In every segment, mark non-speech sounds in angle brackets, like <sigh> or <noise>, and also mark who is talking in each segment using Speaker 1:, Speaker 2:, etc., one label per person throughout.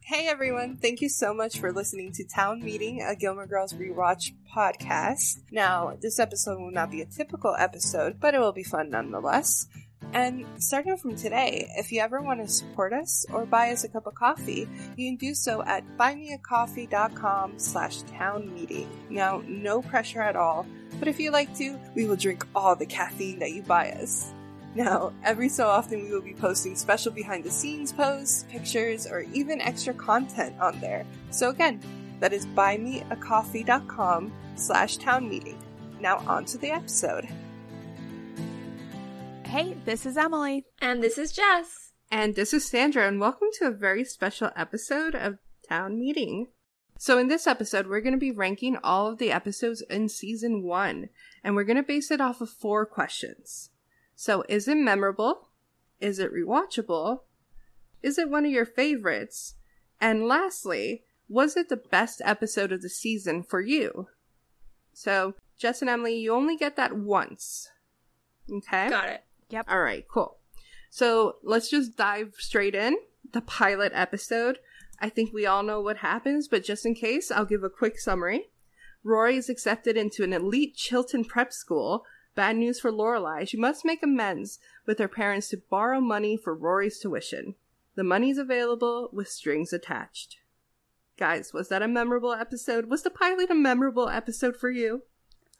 Speaker 1: Hey everyone, thank you so much for listening to Town Meeting, a Gilmore Girls Rewatch podcast. Now, this episode will not be a typical episode, but it will be fun nonetheless. And starting from today, if you ever want to support us or buy us a cup of coffee, you can do so at buymeacoffee.com slash town meeting. Now, no pressure at all, but if you like to, we will drink all the caffeine that you buy us. Now, every so often we will be posting special behind the scenes posts, pictures, or even extra content on there. So again, that is buymeacoffee.com slash town meeting. Now on to the episode.
Speaker 2: Hey, this is Emily.
Speaker 3: And this is Jess.
Speaker 1: And this is Sandra, and welcome to a very special episode of Town Meeting. So, in this episode, we're going to be ranking all of the episodes in season one, and we're going to base it off of four questions. So, is it memorable? Is it rewatchable? Is it one of your favorites? And lastly, was it the best episode of the season for you? So, Jess and Emily, you only get that once. Okay?
Speaker 3: Got it.
Speaker 2: Yep.
Speaker 1: All right, cool. So, let's just dive straight in. The pilot episode. I think we all know what happens, but just in case, I'll give a quick summary. Rory is accepted into an elite Chilton prep school Bad news for Lorelai. She must make amends with her parents to borrow money for Rory's tuition. The money's available with strings attached. Guys, was that a memorable episode? Was the pilot a memorable episode for you?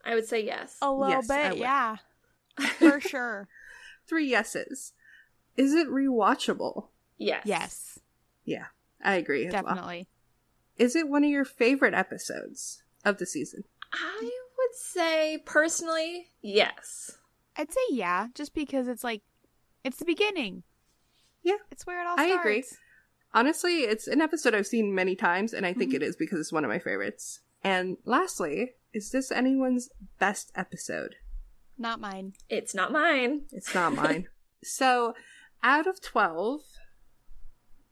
Speaker 3: I would say yes.
Speaker 2: A little
Speaker 1: Yes, I
Speaker 2: bit,
Speaker 1: will. <laughs>
Speaker 2: yeah. For sure.
Speaker 1: Three yeses. Is it rewatchable?
Speaker 3: Yes.
Speaker 2: yes,
Speaker 1: Yeah, I agree. as well.
Speaker 2: definitely.
Speaker 1: Is it one of your favorite episodes of the season?
Speaker 3: I would say personally, yes.
Speaker 2: I'd say yeah, just because it's like, it's the beginning.
Speaker 1: Yeah.
Speaker 2: It's where it all
Speaker 1: I
Speaker 2: starts.
Speaker 1: agree. Honestly, it's an episode I've seen many times, and I think it is because it's one of my favorites. And lastly, is this anyone's best episode?
Speaker 2: Not mine.
Speaker 3: It's not mine.
Speaker 1: It's not mine. so, out of 12,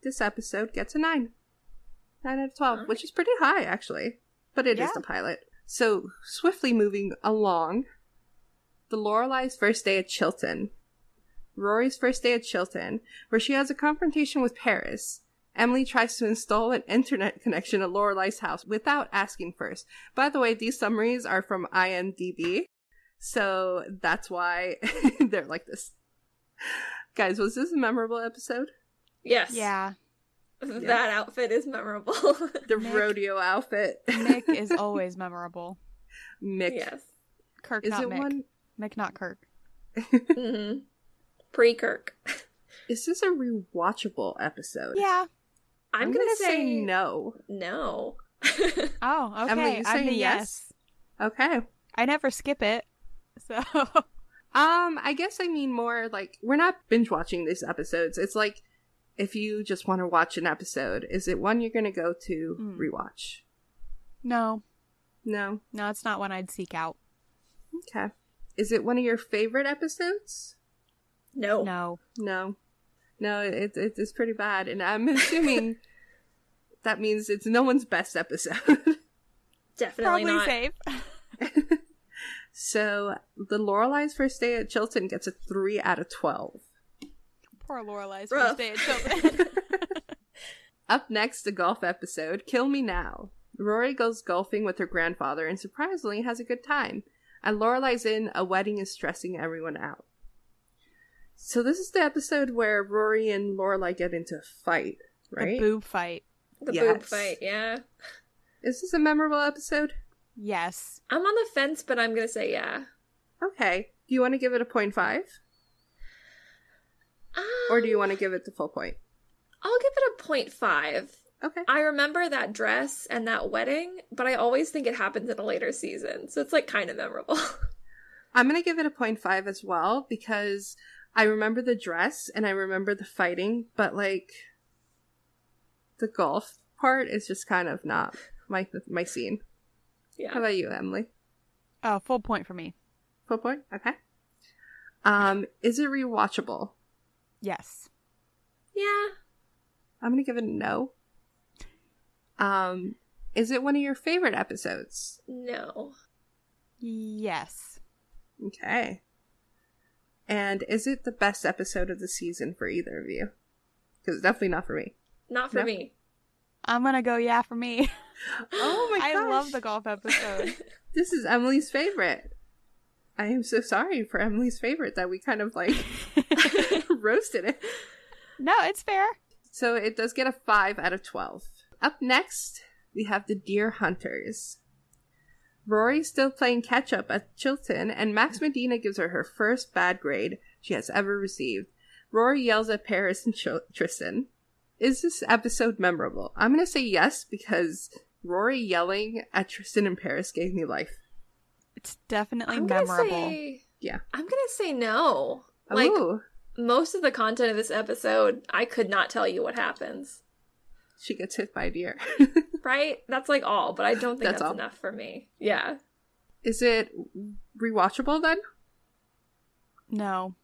Speaker 1: this episode gets a 9. 9 out of 12, which is pretty high, actually. But it is
Speaker 2: Yeah.
Speaker 1: the pilot. So, swiftly moving along, the Lorelai's first day at Chilton. Rory's first day at Chilton, where she has a confrontation with Paris. Emily tries to install an internet connection at Lorelai's house without asking first. By the way, these summaries are from IMDb. So that's why <laughs> they're like this. Guys, was this a memorable episode?
Speaker 3: Yes. <laughs>
Speaker 2: Yeah.
Speaker 3: That
Speaker 1: Yes.
Speaker 3: outfit is memorable. <laughs>
Speaker 1: The
Speaker 2: Nick-
Speaker 1: rodeo outfit. <laughs>
Speaker 2: Nick is always memorable.
Speaker 1: Mick.
Speaker 3: yes.
Speaker 2: Kirk,
Speaker 1: Is
Speaker 2: not
Speaker 1: it
Speaker 2: Mick.
Speaker 1: one?
Speaker 2: Mick, not Kirk.
Speaker 3: hmm Pre Kirk.
Speaker 1: Is this a rewatchable episode?
Speaker 2: Yeah.
Speaker 3: <laughs> I'm, gonna, say,
Speaker 1: no.
Speaker 3: No. <laughs>
Speaker 2: Oh, okay.
Speaker 1: Emily, you
Speaker 2: I'm
Speaker 1: saying
Speaker 2: the yes.
Speaker 1: yes? Okay.
Speaker 2: I never skip it. So, <laughs>
Speaker 1: Um, I guess I mean more like we're not binge watching these episodes. It's like if you just want to watch an episode, is it one you're gonna go to
Speaker 2: Mm.
Speaker 1: rewatch?
Speaker 2: no,
Speaker 1: No.
Speaker 2: no, it's not one I'd seek out.
Speaker 1: Okay. Is it one of your favorite episodes? Oh,
Speaker 3: no.
Speaker 2: No.
Speaker 1: No, no, it, it, it's pretty bad, and I'm <laughs> assuming that means it's no one's best episode. <laughs>
Speaker 3: Definitely not.
Speaker 2: safe. <laughs>
Speaker 1: so the Lorelai's first day at Chilton gets a three out of twelve.
Speaker 2: Poor Lorelai's first
Speaker 3: Rough.
Speaker 2: day at <laughs> Chilton.
Speaker 1: Up next, the golf episode, Kill Me Now. Rory goes golfing with her grandfather and surprisingly has a good time. And Lorelai's in a wedding is stressing everyone out. So this is the episode where Rory and Lorelai get into a fight, <laughs>
Speaker 2: The
Speaker 1: right?
Speaker 2: boob fight.
Speaker 3: <laughs> The boob
Speaker 1: Yes.
Speaker 3: fight, yeah.
Speaker 1: Is this a memorable episode?
Speaker 2: Yes.
Speaker 3: I'm on the fence, but I'm gonna say yeah.
Speaker 1: Okay. Do you want to give it a point five, or do you want to give it the full point?
Speaker 3: Um, I'll give it a point five.
Speaker 1: Okay.
Speaker 3: I remember that dress and that wedding, but I always think it happens in a later season, so it's like kind of memorable. <laughs>
Speaker 1: I'm gonna give it a point five as well because I remember the dress and I remember the fighting, but like the golf part is just kind of not my my scene. How
Speaker 3: yeah,
Speaker 1: about you, Emily?
Speaker 2: Oh, full point for me.
Speaker 1: Full point? Okay. Um, is it rewatchable?
Speaker 2: Yes.
Speaker 3: yeah.
Speaker 1: I'm gonna give it a no. Um, is it one of your favorite episodes?
Speaker 3: No,
Speaker 2: Yes.
Speaker 1: Okay. And is it the best episode of the season for either of you? Because definitely not for me.
Speaker 3: not for
Speaker 1: No?
Speaker 3: me.
Speaker 2: I'm gonna go yeah for me.
Speaker 1: Oh my
Speaker 2: <laughs> I love
Speaker 1: gosh.
Speaker 2: the golf episode.
Speaker 1: This is Emily's favorite. I am so sorry for Emily's favorite that we kind of
Speaker 2: <laughs>
Speaker 1: like <laughs> roasted it.
Speaker 2: no, it's fair.
Speaker 1: So it does get a 5 out of 12. Up next, we have the Deer Hunters. Rory's still playing catch up at Chilton, and Max Medina gives her her first bad grade she has ever received. Rory yells at Paris and Chil- Tristan. Is this episode memorable? I'm going to say yes because Rory yelling at Tristan and Paris gave me life.
Speaker 2: It's definitely
Speaker 3: I'm gonna
Speaker 2: memorable.
Speaker 3: say
Speaker 1: Yeah.
Speaker 3: I'm gonna say no. Like
Speaker 1: Ooh,
Speaker 3: most of the content of this episode, I could not tell you
Speaker 1: <laughs>
Speaker 3: what happens.
Speaker 1: she gets hit by a deer. <laughs>
Speaker 3: Right? That's like all, but I don't think
Speaker 1: That's
Speaker 3: that's,
Speaker 1: all.
Speaker 3: enough for me. Yeah.
Speaker 1: Is it rewatchable then?
Speaker 2: No.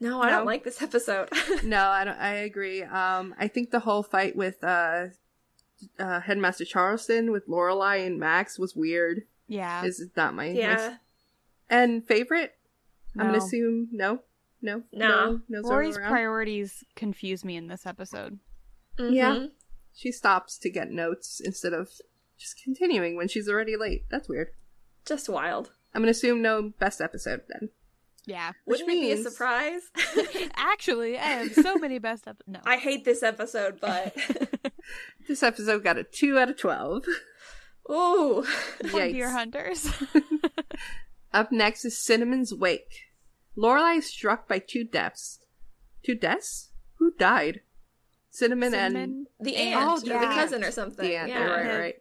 Speaker 3: No, I
Speaker 1: No.
Speaker 3: don't like this episode. <laughs>
Speaker 1: no, I don't, I agree. Um, I think the whole fight with uh, uh, Headmaster Charleston with Lorelai and Max was weird.
Speaker 2: Yeah.
Speaker 1: This is not my my
Speaker 3: yeah.
Speaker 1: s- and favorite. I'm
Speaker 2: no.
Speaker 1: gonna assume no, no,
Speaker 3: Nah.
Speaker 1: no, no. Zoro
Speaker 2: Rory's
Speaker 1: around.
Speaker 2: priorities confuse me in this episode.
Speaker 1: Yeah.
Speaker 3: Mhm.
Speaker 1: she stops to get notes instead of just continuing when she's already late. That's weird.
Speaker 3: Just wild.
Speaker 1: I'm gonna assume no best episode then.
Speaker 2: Yeah.
Speaker 1: Which
Speaker 3: Wouldn't it
Speaker 1: means-
Speaker 3: be
Speaker 1: <laughs>
Speaker 3: a surprise?
Speaker 2: <laughs>
Speaker 3: <laughs>
Speaker 2: Actually, I have so many best up. No.
Speaker 3: I hate this episode,
Speaker 1: <laughs>
Speaker 3: but <laughs>
Speaker 1: This episode got a two out of twelve. <laughs>
Speaker 3: ooh.
Speaker 2: Poor
Speaker 1: Yikes.
Speaker 2: deer hunters.
Speaker 1: Up next is Cinnamon's Wake. Lorelai is struck by two deaths. Two deaths? Who died? <laughs> Cinnamon,
Speaker 2: <laughs> Cinnamon,
Speaker 3: The
Speaker 2: And-
Speaker 3: aunt,
Speaker 1: Oh,
Speaker 3: or
Speaker 1: the aunt.
Speaker 3: the cousin or
Speaker 1: and
Speaker 3: something.
Speaker 1: the aunt.
Speaker 3: yeah.
Speaker 1: Right, right, right.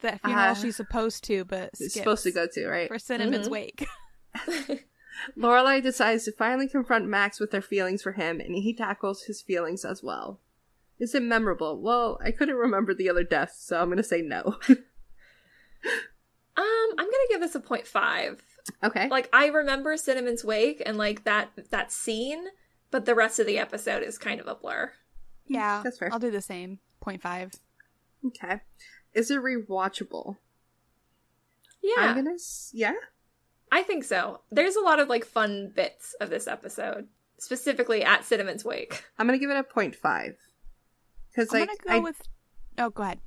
Speaker 2: that funeral
Speaker 1: Uh,
Speaker 2: she's supposed to, but
Speaker 1: It's
Speaker 2: skips
Speaker 1: supposed to go Mm-hmm. to, right?
Speaker 2: for Cinnamon's
Speaker 3: Mhm.
Speaker 2: wake. <laughs>
Speaker 1: Lorelai decides to finally confront Max with her feelings for him, and he tackles his feelings as well. Is it memorable? Well, I couldn't remember the other deaths, so I'm gonna say no. <laughs>
Speaker 3: Um, I'm gonna give this a point five.
Speaker 1: okay.
Speaker 3: Like I remember Cinnamon's Wake and like that that scene, but the rest of the episode is kind of a blur.
Speaker 2: yeah.
Speaker 1: That's fair.
Speaker 2: I'll do the same. Point five.
Speaker 1: Okay. Is it rewatchable?
Speaker 3: Yeah.
Speaker 1: I'm gonna. S- yeah.
Speaker 3: I think so. There's a lot of like fun bits of this episode, specifically at Cinnamon's Wake.
Speaker 1: I'm gonna give it a point five. Because
Speaker 2: I'm
Speaker 1: like
Speaker 2: gonna go
Speaker 1: I
Speaker 2: with. Oh,
Speaker 1: <laughs>
Speaker 2: go ahead.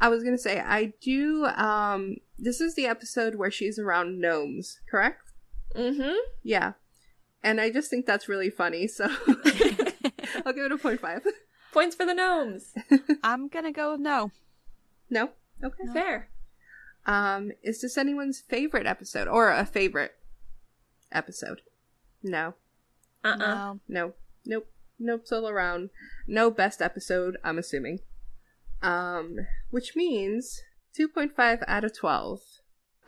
Speaker 1: I was gonna say I do. Um, this is the episode where she's around gnomes, correct?
Speaker 3: Mm-hmm.
Speaker 1: Yeah, and I just think that's really funny. So <laughs> I'll give it a point five.
Speaker 3: <laughs> Points for the gnomes.
Speaker 2: I'm gonna go with no.
Speaker 1: No, okay.
Speaker 3: Fair.
Speaker 1: Um, is this anyone's favorite episode or a favorite episode? No,
Speaker 3: Uh-uh.
Speaker 2: No.
Speaker 1: no, nope, nope. Still around. No best episode. I'm assuming. Um, which means two point five out of twelve.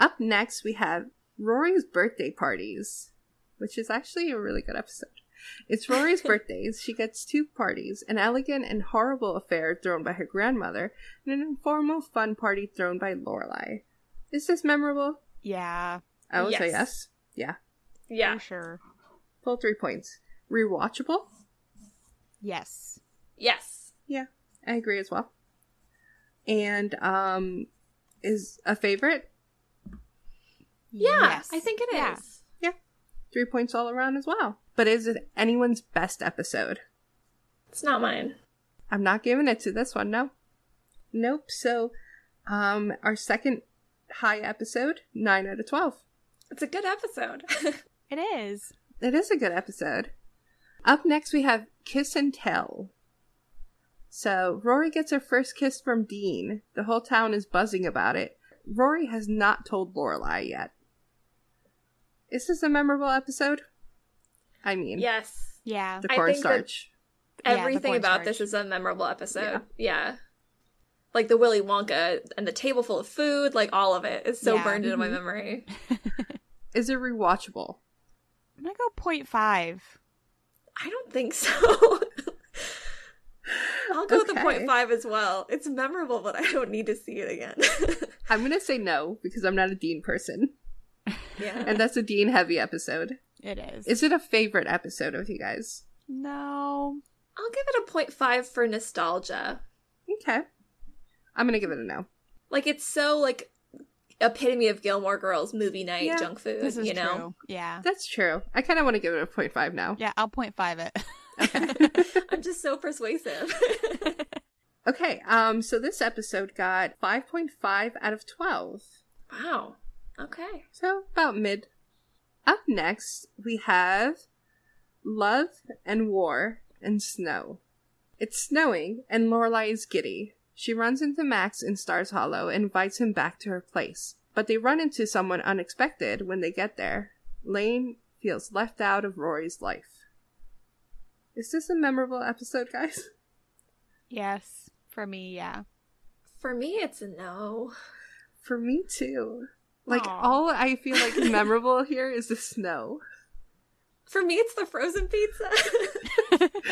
Speaker 1: Up next, we have Rory's birthday parties, which is actually a really good episode. It's Rory's birthdays. She gets two parties an elegant and horrible affair thrown by her grandmother, and an informal fun party thrown by Lorelei. Is this memorable?
Speaker 2: Yeah.
Speaker 1: I would say
Speaker 3: Yes.
Speaker 1: yes. Yeah.
Speaker 3: Yeah.
Speaker 2: For sure.
Speaker 1: Full three points. Rewatchable?
Speaker 2: Yes.
Speaker 3: Yes.
Speaker 1: Yeah. I agree as well. And um is a favorite?
Speaker 3: Yeah.
Speaker 2: Yes.
Speaker 3: I think it is.
Speaker 2: Yeah.
Speaker 1: Yeah. Three points all around as well. But is it anyone's best episode?
Speaker 3: It's not mine.
Speaker 1: I'm not giving it to this one. No. Nope. So, um, our second high episode, nine out of twelve.
Speaker 3: It's a good episode. <laughs>
Speaker 2: It is.
Speaker 1: It is a good episode. Up next, we have Kiss and Tell. So Rory gets her first kiss from Dean. The whole town is buzzing about it. Rory has not told Lorelai yet. Is this a memorable episode? I mean,
Speaker 3: Yes.
Speaker 2: Yeah.
Speaker 1: the
Speaker 3: I think
Speaker 1: cornstarch.
Speaker 2: Yeah, the
Speaker 3: Everything
Speaker 2: corn
Speaker 3: about
Speaker 2: starch.
Speaker 3: this is a memorable episode. Yeah. Like the Willy Wonka and the table full of food, like all of it is so
Speaker 2: Yeah. Mm-hmm.
Speaker 3: burned into my memory.
Speaker 1: Is it rewatchable?
Speaker 2: I'm gonna go 0.5.
Speaker 3: I don't think so. <laughs> I'll go with the
Speaker 1: Okay.
Speaker 3: point five as well. It's memorable, but I don't need to see it again. <laughs>
Speaker 1: I'm gonna say no because I'm not a Dean person, <laughs>
Speaker 3: yeah.
Speaker 1: and that's a Dean heavy episode.
Speaker 2: It is.
Speaker 1: Is it a favorite episode of you guys?
Speaker 2: no.
Speaker 3: I'll give it a point five for nostalgia.
Speaker 1: Okay, I'm gonna give it a no.
Speaker 3: Like it's so like epitome of Gilmore Girls movie night
Speaker 1: Yeah,
Speaker 3: junk food,
Speaker 2: This is
Speaker 3: you know.
Speaker 2: true. Yeah.
Speaker 1: That's true. I kind of want to give it a 0.5 now.
Speaker 2: Yeah, I'll 0.5 it. <laughs>
Speaker 3: I'm just so persuasive.
Speaker 1: <laughs> Okay, um, so this episode got 5.5 out of 12.
Speaker 3: wow. Okay.
Speaker 1: So about mid. Up next, we have Love and War and Snow. It's snowing, and Lorelai is giddy. She runs into Max in Stars Hollow and invites him back to her place. But they run into someone unexpected when they get there. Lane feels left out of Rory's life. Is this a memorable episode, guys?
Speaker 2: yes. For me, yeah.
Speaker 3: For me it's a no.
Speaker 1: For me too. Like
Speaker 2: Aw.
Speaker 1: all I feel
Speaker 2: <laughs>
Speaker 1: like memorable here is the snow.
Speaker 3: For me it's the frozen pizza.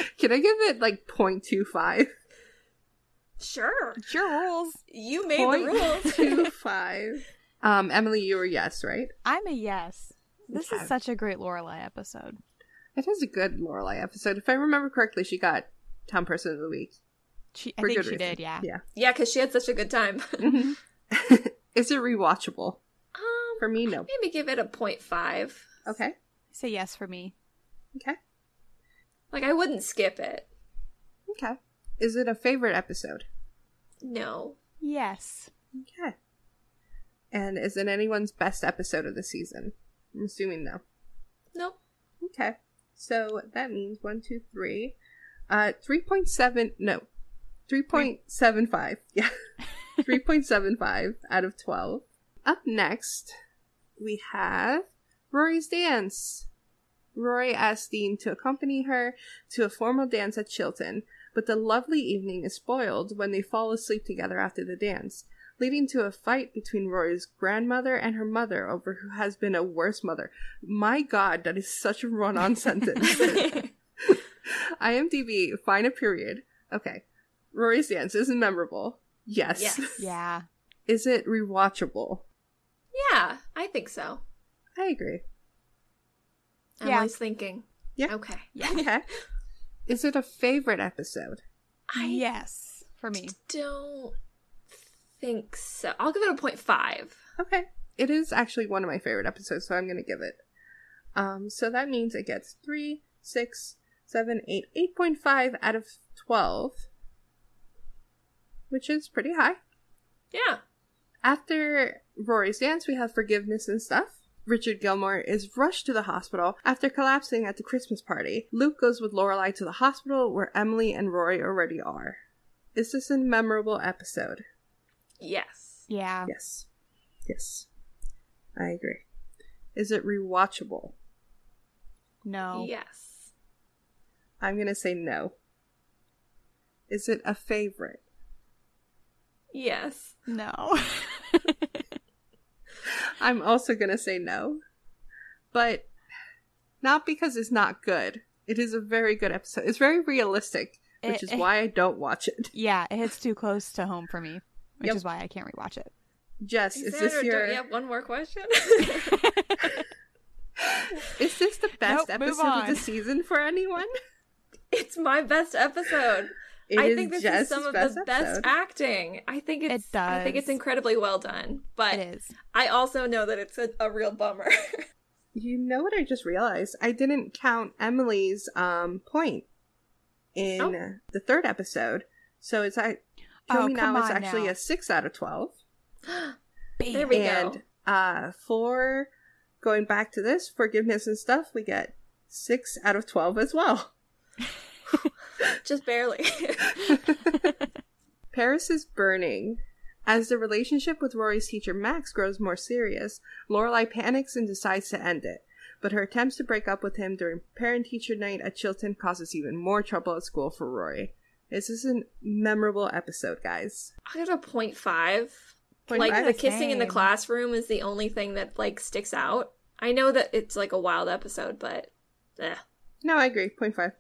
Speaker 3: <laughs>
Speaker 1: Can I give it like
Speaker 2: <laughs>
Speaker 1: 0.25?
Speaker 3: sure.
Speaker 2: It's your rules.
Speaker 3: You made
Speaker 1: Point
Speaker 3: the rules.
Speaker 1: two <laughs> five. Um, Emily, you were yes, right?
Speaker 2: I'm a yes. This
Speaker 1: Okay.
Speaker 2: is such a great Lorelai episode.
Speaker 1: It is a good Lorelai episode. If I remember correctly, she got town person of the week.
Speaker 2: She, I
Speaker 1: For
Speaker 2: think
Speaker 1: good
Speaker 2: she
Speaker 1: reason.
Speaker 2: did, yeah. <laughs> Mm-hmm.
Speaker 1: Yeah.
Speaker 3: yeah, because she had such a good time. <laughs>
Speaker 1: <laughs> Is it rewatchable?
Speaker 3: Um,
Speaker 1: For me, no.
Speaker 3: maybe give it a point five.
Speaker 1: Okay.
Speaker 2: Say yes for me.
Speaker 1: Okay.
Speaker 3: Like I wouldn't skip it.
Speaker 1: Okay. Is it a favorite episode?
Speaker 3: No.
Speaker 2: Yes.
Speaker 1: Okay. And is it anyone's best episode of the season? I'm assuming no.
Speaker 3: Nope.
Speaker 1: <laughs> Okay. So that means one, two, three. Uh, 3.7, no. 3.75. <laughs> Yeah. 3.75 out of 12. Up next, we have Rory's Dance. Rory asks Dean to accompany her to a formal dance at Chilton, but the lovely evening is spoiled when they fall asleep together after the dance, leading to a fight between Rory's grandmother and her mother over who has been a worse mother. My god, that is such a run on sentence. IMDb, find a period. Okay. Rory's dance is memorable. Yes.
Speaker 3: Yes.
Speaker 2: Yeah.
Speaker 1: Is it rewatchable?
Speaker 3: Yeah, I think so.
Speaker 1: I agree.
Speaker 2: Yeah.
Speaker 3: Emily's thinking.
Speaker 1: Yeah.
Speaker 3: Okay.
Speaker 1: Okay. Is it a favorite episode?
Speaker 3: I
Speaker 2: yes. For me.
Speaker 3: don't think so. I'll give it a point five.
Speaker 1: Okay. It is actually one of my favorite episodes, so I'm going to give it. Um, so that means it gets 3, 6, 7, 8, 8.5 out of 12, which is pretty high.
Speaker 3: Yeah.
Speaker 1: After Rory's dance, we have forgiveness and stuff. Richard Gilmore is rushed to the hospital after collapsing at the Christmas party. Luke goes with Lorelai to the hospital where Emily and Rory already are. Is this a memorable episode?
Speaker 3: Yes.
Speaker 2: Yeah.
Speaker 1: Yes. Yes. I agree. Is it rewatchable?
Speaker 2: No.
Speaker 3: Yes.
Speaker 1: I'm going to say no. Is it a favorite?
Speaker 3: Yes.
Speaker 2: No. <laughs>
Speaker 1: I'm also going to say no. But not because it's not good. It is a very good episode. It's very realistic, which
Speaker 3: Eh,
Speaker 1: is
Speaker 2: It-
Speaker 1: why I don't watch it.
Speaker 2: yeah, it hits too close to home for me, which
Speaker 1: Yep.
Speaker 2: is why I can't rewatch it.
Speaker 1: Jess, is
Speaker 3: Xander,
Speaker 1: this
Speaker 3: don't
Speaker 1: your
Speaker 3: you have one
Speaker 1: <laughs>
Speaker 3: more question?
Speaker 1: is this the best
Speaker 2: Nope, move
Speaker 1: episode of the
Speaker 2: on.
Speaker 1: season for anyone?
Speaker 3: it's my best episode.
Speaker 1: It
Speaker 3: <laughs> I
Speaker 1: is
Speaker 3: think this
Speaker 1: Jess's
Speaker 3: is some of
Speaker 1: best
Speaker 3: the best
Speaker 1: episode.
Speaker 3: acting. I think it's
Speaker 2: It
Speaker 3: I think
Speaker 2: does.
Speaker 3: it's incredibly well done. But
Speaker 2: It is.
Speaker 3: I also know that it's a, a real bummer. <laughs>
Speaker 1: You know what I just realized? I didn't count Emily's um point in
Speaker 3: Oh.
Speaker 1: uh, the third episode. So it's I Kill
Speaker 2: Oh,
Speaker 1: Me Now
Speaker 2: come
Speaker 1: is
Speaker 2: on
Speaker 1: actually
Speaker 2: now.
Speaker 1: a six out of twelve.
Speaker 3: there
Speaker 2: Bam.
Speaker 3: we go.
Speaker 1: and uh for going back to this forgiveness and stuff, we get six out of twelve as well.
Speaker 3: Just barely. <laughs>
Speaker 1: Paris is burning. As the relationship with Rory's teacher Max grows more serious, Lorelai panics and decides to end it. But her attempts to break up with him during parent-teacher night at Chilton causes even more trouble at school for Rory. This is a memorable episode, guys.
Speaker 3: I got a point five.
Speaker 1: Point
Speaker 3: like
Speaker 1: five?
Speaker 3: the kissing in the
Speaker 2: Same.
Speaker 3: classroom is the only thing that like sticks out. I know that it's like a wild episode, but eh.
Speaker 1: No, I agree. Point five.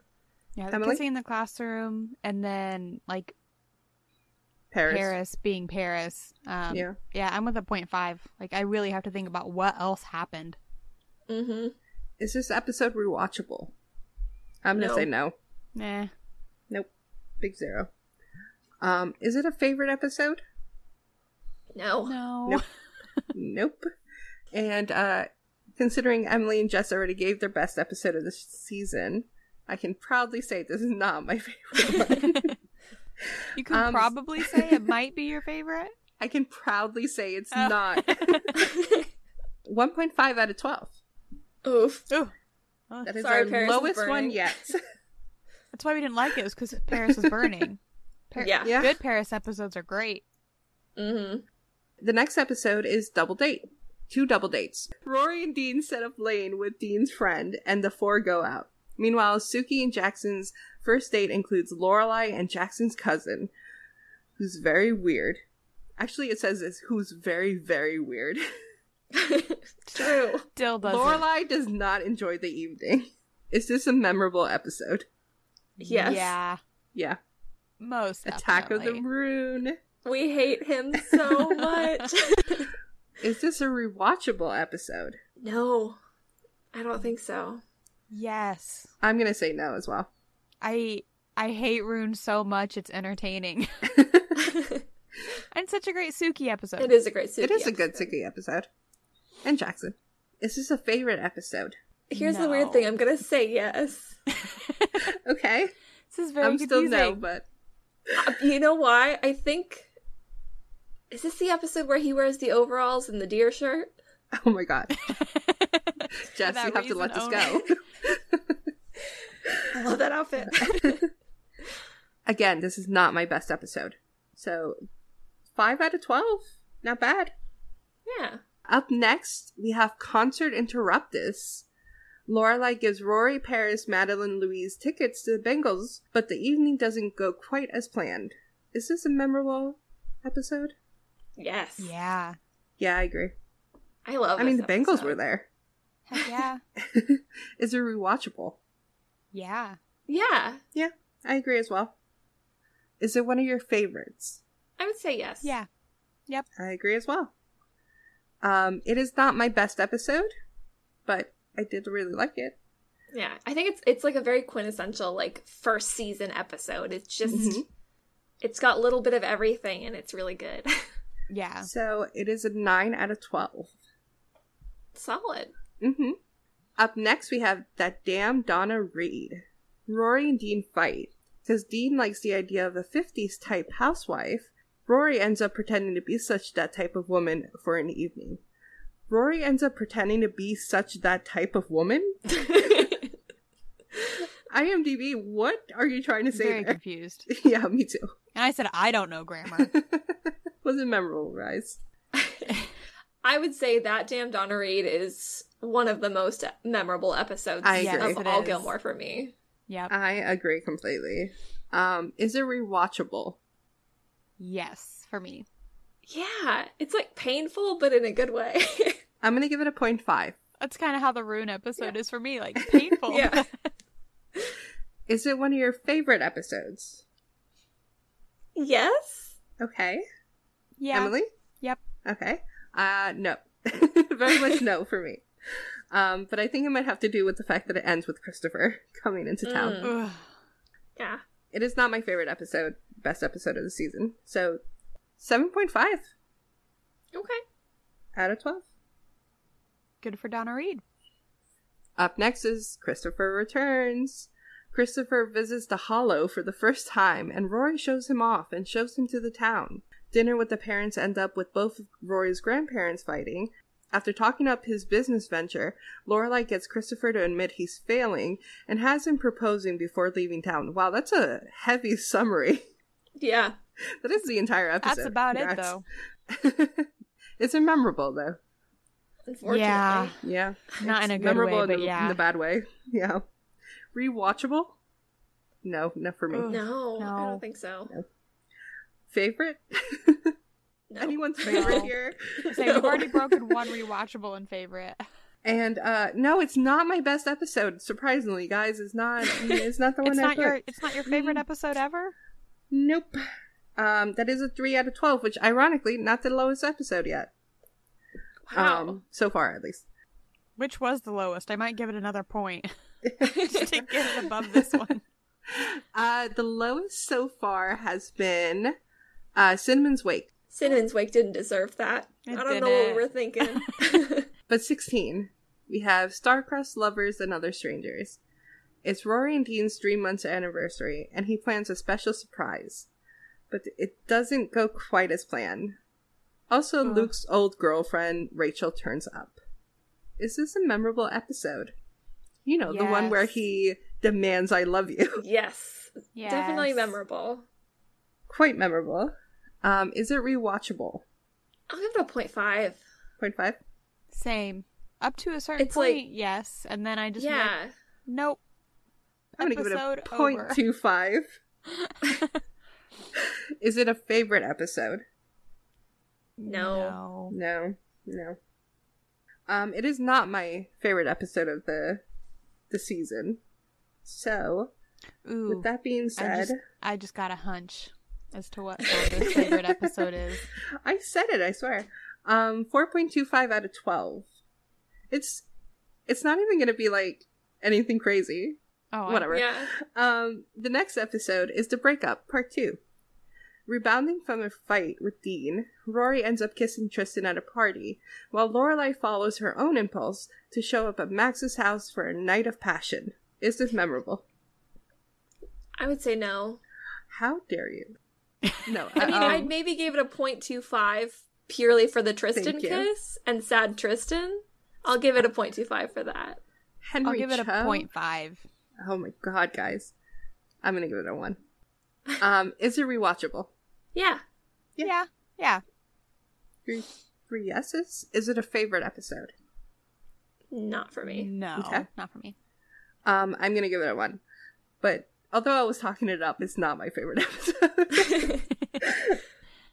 Speaker 2: Yeah, the
Speaker 1: Emily?
Speaker 2: kissing in the classroom, and then like
Speaker 1: Paris.
Speaker 2: Paris, being Paris. Um,
Speaker 1: Yeah.
Speaker 2: yeah, I'm with a point five. Like, I really have to think about what else happened.
Speaker 3: Mm-hmm.
Speaker 1: Is this episode rewatchable? I'm gonna
Speaker 3: No.
Speaker 1: say no.
Speaker 2: Nah,
Speaker 1: Nope. Big zero. Um, is it a favorite episode?
Speaker 3: No.
Speaker 2: no.
Speaker 1: Nope. nope. And uh, considering Emily and Jess already gave their best episode of the season, I can proudly say this is not my <laughs> favorite one.
Speaker 2: <laughs> <laughs> You could
Speaker 1: Um,
Speaker 2: probably say it might be your favorite.
Speaker 1: I can proudly say it's
Speaker 2: Oh.
Speaker 1: not.
Speaker 3: <laughs>
Speaker 1: 1.5 out of 12.
Speaker 3: <laughs> Oof.
Speaker 1: That is
Speaker 3: Sorry,
Speaker 1: our
Speaker 3: Paris is
Speaker 1: lowest one
Speaker 3: burning.
Speaker 1: yet.
Speaker 2: That's why we didn't like it. Was because Paris was burning. Par-
Speaker 3: <laughs> Yeah.
Speaker 1: <laughs> Yeah.
Speaker 2: Good Paris episodes are great.
Speaker 3: Mm-hmm. <laughs>
Speaker 1: the next episode is Double Date. Two double dates. Rory and Dean set up Lane with Dean's friend, and the four go out. Meanwhile, Suki and Jackson's first date includes Lorelai and Jackson's cousin, who's very weird. Actually, it says is who's very, very weird.
Speaker 3: True.
Speaker 2: Still doesn't.
Speaker 1: Lorelai does not enjoy the evening. <laughs> Is this a memorable episode?
Speaker 3: Yes.
Speaker 2: Yeah.
Speaker 1: Yeah.
Speaker 2: Most.
Speaker 1: Attack of the
Speaker 2: definitely.
Speaker 1: Rune.
Speaker 3: We hate him
Speaker 2: <laughs>
Speaker 3: so much. <laughs>
Speaker 1: Is this a rewatchable episode?
Speaker 3: no. I don't think so.
Speaker 1: <laughs>
Speaker 2: Yes.
Speaker 1: I'm gonna say no as well.
Speaker 2: I I hate Rune so much. It's entertaining. <laughs> and such a great Suki episode. <laughs>
Speaker 3: It is a great
Speaker 1: It
Speaker 3: Suki
Speaker 1: is a good
Speaker 3: episode.
Speaker 1: Suki episode. And Jackson. Is this a favorite episode?
Speaker 3: Here's the
Speaker 2: No.
Speaker 3: weird thing. I'm gonna say yes.
Speaker 1: Okay.
Speaker 2: This is very
Speaker 1: I'm still
Speaker 2: confusing.
Speaker 1: no,
Speaker 2: <laughs>
Speaker 1: but
Speaker 3: Uh, You know why? I think. Is this the episode where he wears the overalls and the deer shirt?
Speaker 1: oh my god.
Speaker 2: <laughs>
Speaker 1: Jess,
Speaker 2: that
Speaker 1: you have to
Speaker 2: reason
Speaker 1: let this go.
Speaker 2: only.
Speaker 3: I love that outfit.
Speaker 1: <laughs>
Speaker 3: <laughs>
Speaker 1: Again, this is not my best episode. So five out of twelve. Not bad.
Speaker 3: yeah.
Speaker 1: Up next, we have Concert Interruptus. Lorelai gives Rory, Paris, Madeline, Louise tickets to the Bengals, but the evening doesn't go quite as planned. Is this a memorable episode?
Speaker 3: Yes.
Speaker 2: yeah.
Speaker 1: Yeah, I agree.
Speaker 3: I love.
Speaker 1: I mean, the
Speaker 3: this
Speaker 1: Bengals
Speaker 3: episode.
Speaker 1: were there. <laughs>
Speaker 2: Heck yeah.
Speaker 1: Is it rewatchable?
Speaker 2: Yeah.
Speaker 3: Yeah,
Speaker 1: Yeah, I agree as well. Is it one of your favorites?
Speaker 3: I would say yes.
Speaker 2: Yeah. Yep.
Speaker 1: I agree as well. Um, it is not my best episode, but I did really like it.
Speaker 3: yeah. I think it's it's like a very quintessential like first season episode. It's just
Speaker 1: Mhm.
Speaker 3: it's got a little bit of everything, and it's really good. <laughs>
Speaker 2: Yeah.
Speaker 1: So it is a 9 out of 12. <laughs>
Speaker 3: Solid.
Speaker 1: Mm-hmm. Up next, we have that damn Donna Reed. Rory and Dean fight because Dean likes the idea of a 50s type housewife. Rory ends up pretending to be such that type of woman for an evening. Rory ends up pretending to be such that type of woman? IMDb, what are you trying to say
Speaker 2: Very
Speaker 1: there? <laughs>
Speaker 2: confused.
Speaker 1: yeah, me too. <laughs>
Speaker 2: And I said I don't know grammar.
Speaker 1: Wasn't memorable, guys.
Speaker 3: <laughs> I would say that damn Donna Reed is one of the most memorable episodes
Speaker 1: I
Speaker 2: Yes,
Speaker 1: agree.
Speaker 3: of
Speaker 2: it
Speaker 3: all
Speaker 2: is.
Speaker 3: Gilmore for me.
Speaker 2: Yep.
Speaker 1: I agree completely. Um, is it rewatchable?
Speaker 2: yes, for me.
Speaker 3: Yeah, it's like painful, but in a good way. <laughs>
Speaker 1: I'm gonna give it a point five.
Speaker 2: That's kind of how the Rune episode is for me. Like painful.
Speaker 3: Yeah.
Speaker 1: Is it one of your favorite episodes?
Speaker 3: yes.
Speaker 1: Okay.
Speaker 2: <laughs> yeah.
Speaker 1: Emily?
Speaker 2: Yep.
Speaker 1: Okay. Uh no. <laughs> Very much no for me. Um, but I think it might have to do with the fact that it ends with Christopher <laughs> coming into town.
Speaker 3: Mm.
Speaker 2: Ugh.
Speaker 3: Yeah.
Speaker 1: It is not my favorite episode, best episode of the season. So 7.5
Speaker 3: Okay.
Speaker 1: out of 12.
Speaker 2: Good for Donna Reed.
Speaker 1: Up next is Christopher Returns. Christopher visits the Hollow for the first time, and Rory shows him off and shows him to the town. Dinner with the parents end up with both of Rory's grandparents fighting. After talking up his business venture, Lorelai gets Christopher to admit he's failing and has him proposing before leaving town. Wow, that's a heavy <laughs> summary.
Speaker 3: Yeah.
Speaker 1: That is the entire episode.
Speaker 2: That's about it,
Speaker 1: Congrats.
Speaker 2: though.
Speaker 1: <laughs> it's memorable though.
Speaker 3: Unfortunately.
Speaker 2: Yeah.
Speaker 1: Yeah.
Speaker 2: Not in a good
Speaker 1: memorable
Speaker 2: way,
Speaker 1: in,
Speaker 2: but
Speaker 1: the, <laughs>
Speaker 2: yeah.
Speaker 1: in the bad way. Yeah. Rewatchable? No, not for me.
Speaker 2: Ugh.
Speaker 3: No, I
Speaker 2: No.
Speaker 3: don't think so.
Speaker 1: Favorite?
Speaker 3: No.
Speaker 1: Anyone's favorite
Speaker 2: No. <laughs>
Speaker 1: here?
Speaker 2: So
Speaker 1: <laughs>
Speaker 2: we've already broken one rewatchable and favorite.
Speaker 1: And uh no, it's not my best episode. Surprisingly, guys, it's not. It's not the one.
Speaker 2: <laughs> It's
Speaker 1: I
Speaker 2: not
Speaker 1: put.
Speaker 2: your. It's not your favorite episode ever.
Speaker 1: Nope. Um, that is a three out of twelve, which ironically, not the lowest episode yet.
Speaker 3: Wow.
Speaker 1: Um, so far at least. <laughs>
Speaker 2: Which was the lowest? I might give it another
Speaker 3: <laughs>
Speaker 2: point <laughs> just to get it above this one.
Speaker 1: Uh, the lowest so far has been uh, Cinnamon's Wake,
Speaker 3: Cinnamon's Wake didn't deserve that.
Speaker 2: It
Speaker 3: I don't know what
Speaker 2: didn't.
Speaker 3: we're thinking. <laughs>
Speaker 1: but 16. We have Star-Crossed Lovers and Other Strangers. It's Rory and Dean's three months anniversary, and he plans a special surprise. But it doesn't go quite as planned. Also, Luke's old girlfriend, Rachel, turns up. Is this a memorable episode? You know, the one where
Speaker 2: Yes.
Speaker 1: he demands I love you. <laughs>
Speaker 3: yes. Definitely
Speaker 2: Yes.
Speaker 3: memorable.
Speaker 1: quite memorable. Um, is it rewatchable?
Speaker 3: I'll give it a point five.
Speaker 1: Point five.
Speaker 2: Same. Up to a certain
Speaker 3: It's like-
Speaker 2: point, yes, and then I just yeah.
Speaker 3: yeah.
Speaker 2: nope.
Speaker 1: I'm gonna give it a
Speaker 2: Episode
Speaker 1: point
Speaker 2: over.
Speaker 1: two
Speaker 2: <laughs>
Speaker 1: five. Is it a favorite episode?
Speaker 3: No.
Speaker 1: No, no. Um, it is not my favorite episode of the the season. So,
Speaker 2: Ooh.
Speaker 1: with that being
Speaker 2: I
Speaker 1: said,
Speaker 2: just, I just got a hunch as to what Sandra's favorite episode
Speaker 3: <laughs>
Speaker 2: is.
Speaker 1: I said it. I swear. Um, four point two five out of twelve. It's it's not even gonna be like anything crazy.
Speaker 2: Oh, I-
Speaker 1: Whatever.
Speaker 3: Yeah.
Speaker 1: Um, the next episode is The Breakup, Part 2. Rebounding from a fight with Dean, Rory ends up kissing Tristan at a party, while Lorelai follows her own impulse to show up at Max's house for a night of passion. Is this memorable?
Speaker 3: I would say no.
Speaker 1: How dare
Speaker 2: <laughs>
Speaker 1: you? No,
Speaker 3: I mean,
Speaker 1: um,
Speaker 3: I maybe gave it a point two five purely for the Tristan
Speaker 1: Thank you.
Speaker 3: kiss and sad Tristan. I'll give it a point two five for that.
Speaker 1: Henry
Speaker 2: I'll give it a
Speaker 1: Cho?
Speaker 2: point five.
Speaker 1: Oh my god, guys. I'm gonna give it a
Speaker 2: <laughs>
Speaker 1: one. Um, is it rewatchable?
Speaker 3: Yeah.
Speaker 1: Yeah.
Speaker 2: Yeah. yeah,
Speaker 1: Three, three yeses? Is it a favorite episode?
Speaker 3: Not for
Speaker 1: Mm.
Speaker 3: me.
Speaker 2: No,
Speaker 1: Okay.
Speaker 2: not for
Speaker 3: <laughs>
Speaker 2: me.
Speaker 1: Um, I'm gonna give it a one. But although I was talking it up, it's not my favorite <laughs> episode. <laughs>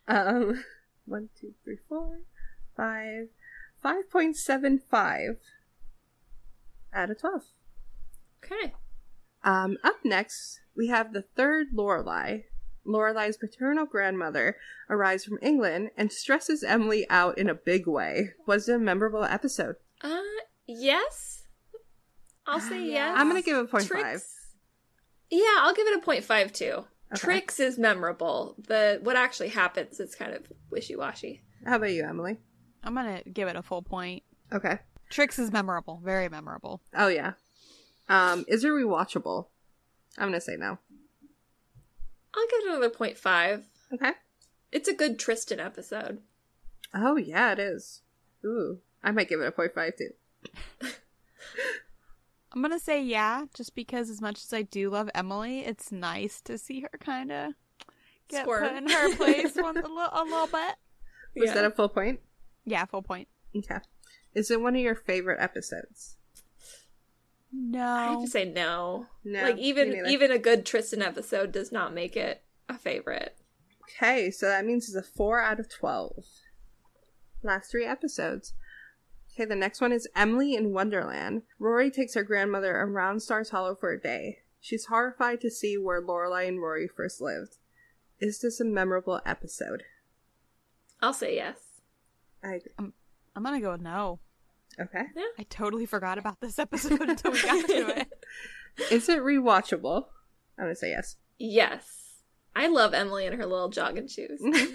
Speaker 1: um, one, two, three, four, five, five point seven five out of twelve.
Speaker 3: Okay.
Speaker 1: Um, up next we have the third Lorelai. Lorelai's paternal grandmother arrives from England and stresses Emily out in a big way. Was it a memorable episode?
Speaker 3: Uh yes. I'll
Speaker 1: Ah,
Speaker 3: say yes.
Speaker 1: I'm gonna give it a point
Speaker 3: Trix-
Speaker 1: five.
Speaker 3: Yeah, I'll give it a point five too.
Speaker 1: Okay.
Speaker 3: Tricks is memorable. The what actually happens is kind of wishy washy.
Speaker 1: How about you, Emily?
Speaker 2: I'm gonna give it a full point.
Speaker 1: Okay.
Speaker 2: Trix is memorable, very memorable.
Speaker 1: Oh yeah. Um, is it rewatchable? I'm gonna say no.
Speaker 3: I'll give it another point five.
Speaker 1: Okay.
Speaker 3: It's a good Tristan episode.
Speaker 1: Oh yeah, it is. Ooh, I might give it a point five too.
Speaker 2: I'm gonna say yeah, just because as much as I do love Emily, it's nice to see her kind of get
Speaker 3: Squirt.
Speaker 2: put in her
Speaker 3: <laughs>
Speaker 2: place one a little, a little bit.
Speaker 1: Was
Speaker 3: Yeah.
Speaker 1: that a full point?
Speaker 2: Yeah, full point.
Speaker 1: Okay. Is it one of your favorite episodes?
Speaker 3: I have
Speaker 2: No,
Speaker 3: to say no.
Speaker 1: No,
Speaker 3: like
Speaker 1: me
Speaker 3: even
Speaker 1: neither.
Speaker 3: even a good Tristan episode does not make it a favorite.
Speaker 1: Okay, so that means it's a four out of twelve. Last three episodes. Okay, the next one is Emily in Wonderland. Rory takes her grandmother around Stars Hollow for a day. She's horrified to see where Lorelai and Rory first lived. Is this a memorable episode?
Speaker 3: I'll say yes.
Speaker 1: I
Speaker 2: I'm gonna go with no.
Speaker 1: okay.
Speaker 2: I totally forgot about this episode until we got to it.
Speaker 3: <laughs>
Speaker 1: Is it rewatchable? I'm gonna say yes.
Speaker 3: Yes. I love Emily and her little jogging shoes. <laughs>
Speaker 2: I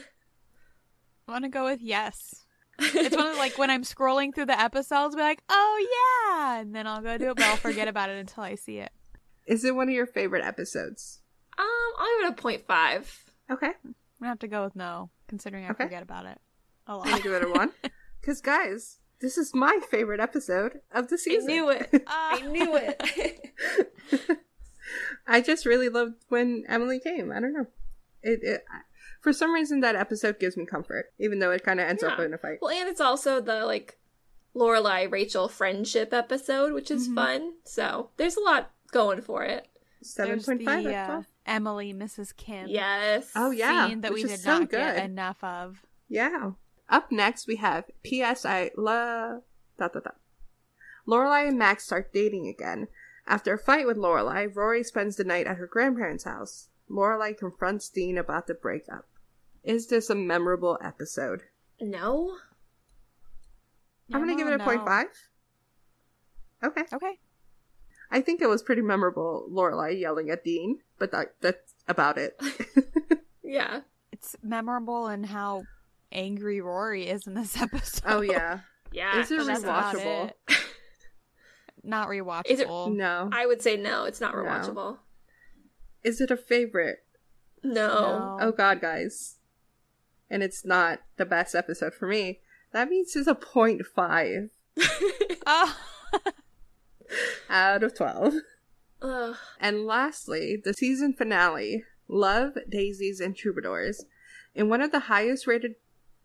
Speaker 2: want to go with yes. It's one of like when I'm scrolling through the episodes, I'll be like, oh yeah, and then I'll go do it, but I'll forget about it until I see it.
Speaker 1: <laughs> Is it one of your favorite episodes?
Speaker 3: Um, I'll give it a point five.
Speaker 1: Okay.
Speaker 2: I'm gonna have to go with no, considering I
Speaker 1: Okay.
Speaker 2: forget about it a
Speaker 1: I'm gonna
Speaker 2: lot.
Speaker 1: give it a one. Because, guys, This is my favorite episode of the
Speaker 3: I
Speaker 1: season.
Speaker 2: <laughs>
Speaker 3: knew it. I knew it.
Speaker 1: <laughs> I just really loved when Emily came. I don't know. It, it I- for some reason that episode gives me comfort, even though it kind of ends up
Speaker 3: Yeah.
Speaker 1: in a fight.
Speaker 3: <laughs> well, and it's also the like Lorelai Rachel friendship episode, which is fun. So there's a lot going for it.
Speaker 1: Seven
Speaker 2: There's
Speaker 1: point five.
Speaker 2: the, uh, Emily, Mrs. Kim.
Speaker 3: Yes.
Speaker 1: Oh, yeah.
Speaker 2: Scene that
Speaker 1: which
Speaker 2: we
Speaker 1: is
Speaker 2: did
Speaker 1: so
Speaker 2: not get
Speaker 1: good.
Speaker 2: enough of.
Speaker 1: yeah. Up next we have P.S. I love dot dot dot. Lorelai and Max start dating again. After a fight with Lorelai, Rory spends the night at her grandparents' house. Lorelai confronts Dean about the breakup. Is this a memorable episode?
Speaker 3: No.
Speaker 1: I'm gonna
Speaker 2: Yeah,
Speaker 1: give it a
Speaker 2: no.
Speaker 1: point five. Okay.
Speaker 2: Okay.
Speaker 1: I think it was pretty memorable Lorelai yelling at Dean, but that that's about it. <laughs>
Speaker 3: Yeah.
Speaker 2: It's memorable in how angry Rory is in this <laughs> episode.
Speaker 1: oh yeah.
Speaker 3: Yeah.
Speaker 1: Is it
Speaker 2: But that's about
Speaker 1: rewatchable?
Speaker 2: it. Not rewatchable.
Speaker 3: Is it-
Speaker 1: No.
Speaker 3: I would say no. It's not
Speaker 1: No.
Speaker 3: rewatchable.
Speaker 1: Is it a favorite?
Speaker 3: No.
Speaker 2: No.
Speaker 1: Oh god, guys. And it's not the best episode for me. That means it's a point five
Speaker 2: Oh.
Speaker 1: out of twelve.
Speaker 3: <laughs> Ugh.
Speaker 1: And lastly, the season finale, Love, Daisies, and Troubadours, in one of the highest rated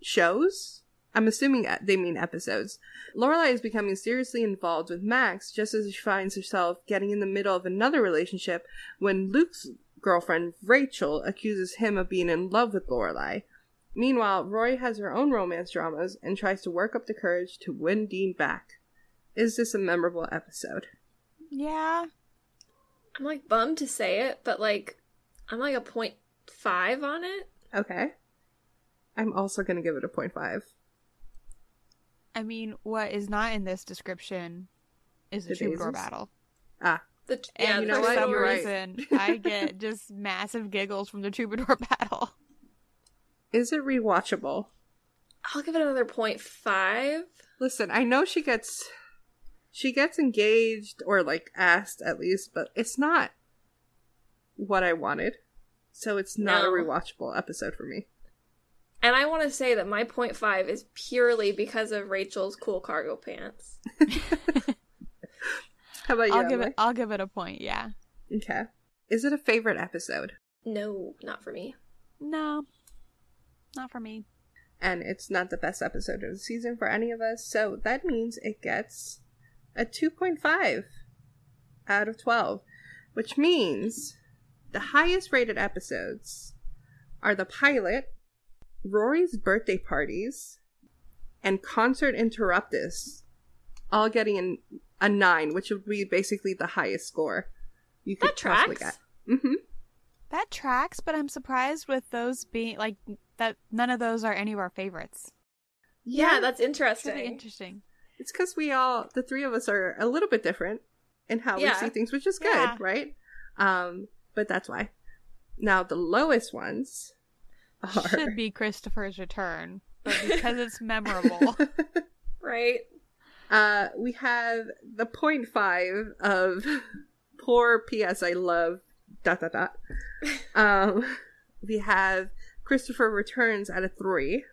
Speaker 1: shows. I'm assuming e- they mean episodes. Lorelai is becoming seriously involved with Max just as she finds herself getting in the middle of another relationship when Luke's girlfriend Rachel accuses him of being in love with Lorelai. Meanwhile, Rory has her own romance dramas and tries to work up the courage to win Dean back. Is this a memorable episode?
Speaker 2: <laughs> Yeah.
Speaker 3: I'm like bummed to say it, but like I'm like a point five on it.
Speaker 1: Okay. I'm also going to give it a point five.
Speaker 2: I mean, what is not in this description is a
Speaker 1: The
Speaker 2: troubadour
Speaker 1: daisies?
Speaker 2: battle.
Speaker 1: Ah,
Speaker 3: The tr-
Speaker 2: And
Speaker 3: yeah,
Speaker 1: you
Speaker 3: the
Speaker 1: know
Speaker 2: for
Speaker 1: what?
Speaker 3: first
Speaker 2: some
Speaker 1: You're
Speaker 3: one-
Speaker 1: right. <laughs>
Speaker 2: reason, I get just massive giggles from the troubadour <laughs> battle.
Speaker 1: is it rewatchable?
Speaker 3: I'll give it another point five.
Speaker 1: Listen, I know she gets she gets engaged or like asked at least, but it's not what I wanted. So it's not
Speaker 3: No.
Speaker 1: a rewatchable episode for me.
Speaker 3: And I want to say that my point five is purely because of Rachel's cool cargo pants.
Speaker 1: How about you?
Speaker 2: I'll give it.
Speaker 1: Emily?
Speaker 2: I'll give it a point. Yeah.
Speaker 1: Okay. Is it a favorite episode?
Speaker 3: No, not for me.
Speaker 2: No, not for me.
Speaker 1: And it's not the best episode of the season for any of us, so that means it gets a 2.5 out of 12, which means the highest rated episodes are the pilot, Rory's birthday parties, and Concert Interruptus, all getting an, a 9, which would be basically the highest score you could
Speaker 3: That
Speaker 1: possibly
Speaker 3: tracks.
Speaker 1: get. hmm
Speaker 2: That tracks, but I'm surprised with those being like that. None of those are any of our favorites.
Speaker 3: Yeah, that's
Speaker 2: It's really
Speaker 3: interesting. <laughs>
Speaker 2: interesting.
Speaker 1: It's because we all, the three of us, are a little bit different in how
Speaker 3: Yeah.
Speaker 1: we see things, which is good,
Speaker 2: Yeah.
Speaker 1: right? Um, but that's why. Now the lowest ones are
Speaker 2: Should be Christopher's return, but because it's
Speaker 3: <laughs>
Speaker 2: memorable,
Speaker 3: right?
Speaker 1: <laughs> uh, we have the point five of <laughs> poor PS I love dot dot
Speaker 2: <laughs>
Speaker 1: dot. Um, we have Christopher returns at a three.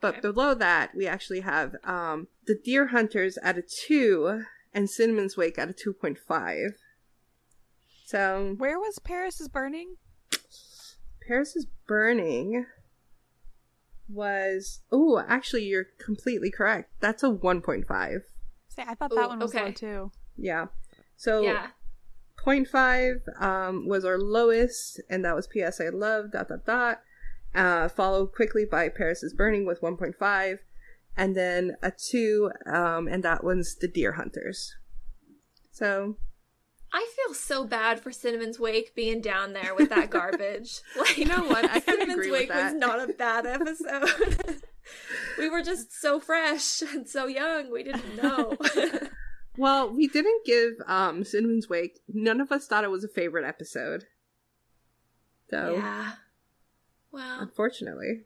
Speaker 1: But
Speaker 3: Okay.
Speaker 1: below that, we actually have um, the Deer Hunters at a two and Cinnamon's Wake at a 2.5. So
Speaker 2: where was Paris is burning?
Speaker 1: Paris is Burning was. Oh, actually, you're completely correct. That's a 1.5.
Speaker 2: See, I thought that
Speaker 3: Ooh,
Speaker 2: one was
Speaker 3: okay.
Speaker 2: low too.
Speaker 1: Yeah. So
Speaker 3: Yeah.
Speaker 1: 0.5 um, was our lowest, and that was PS I Love, dot, dot, dot. Uh, followed quickly by Paris is Burning with 1.5, and then a 2, um, and that one's The Deer Hunters. So,
Speaker 3: I feel so bad for Cinnamon's Wake being down there with that <laughs> garbage. Like, you
Speaker 1: know what? I can
Speaker 3: Cinnamon's
Speaker 1: agree with
Speaker 3: Wake
Speaker 1: that.
Speaker 3: was <laughs> not a bad episode. we were just so fresh and so young. We didn't <laughs> know.
Speaker 1: well, we didn't give um, Cinnamon's Wake, none of us thought it was a favorite episode. So,
Speaker 3: Yeah. Well,
Speaker 1: unfortunately.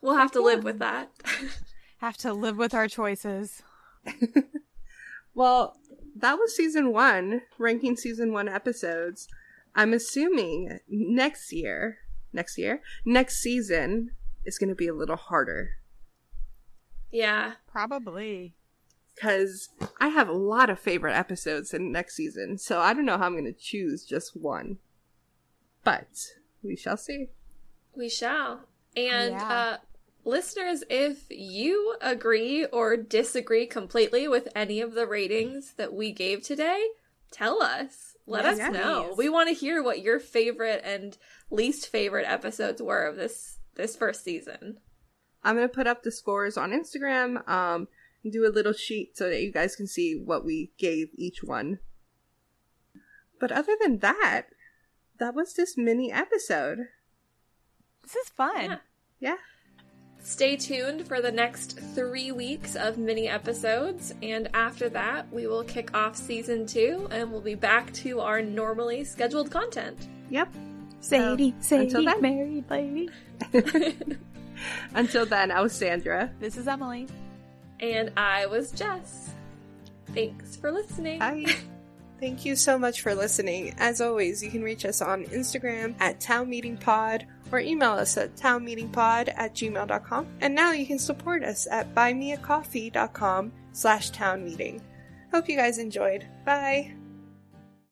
Speaker 3: we'll have to live with that.
Speaker 2: Have to live with our choices.
Speaker 1: Well, that was season one, ranking season one episodes. I'm assuming next year, next year, next season is going to be a little harder
Speaker 3: Yeah.
Speaker 2: Probably.
Speaker 1: because I have a lot of favorite episodes in next season, so I don't know how I'm going to choose just one. But we shall see.
Speaker 3: We shall. And
Speaker 2: Yeah.
Speaker 3: uh, listeners, if you agree or disagree completely with any of the ratings that we gave today, tell us. Let
Speaker 1: Yeah,
Speaker 3: us
Speaker 1: yeah,
Speaker 3: know.
Speaker 1: please.
Speaker 3: We want to hear what your favorite and least favorite episodes were of this this first season.
Speaker 1: I'm going to put up the scores on Instagram, um, and do a little sheet so that you guys can see what we gave each one. But other than that, that was this mini episode.
Speaker 2: This is fun.
Speaker 3: Yeah.
Speaker 1: Yeah.
Speaker 3: Stay tuned for the next three weeks of mini episodes, and after that, we will kick off season two and we'll be back to our normally scheduled content.
Speaker 1: Yep.
Speaker 2: Sadie,
Speaker 1: So,
Speaker 2: Sadie,
Speaker 1: until then.
Speaker 2: married lady.
Speaker 1: Until then, I was Sandra.
Speaker 2: This is Emily.
Speaker 3: And I was Jess. Thanks for listening.
Speaker 1: Bye. Thank you so much for listening. As always, you can reach us on Instagram at Town Meeting Pod or email us at townmeetingpod at gmail.com. And now you can support us at buymeacoffee.com slash town meeting. Hope you guys enjoyed. Bye.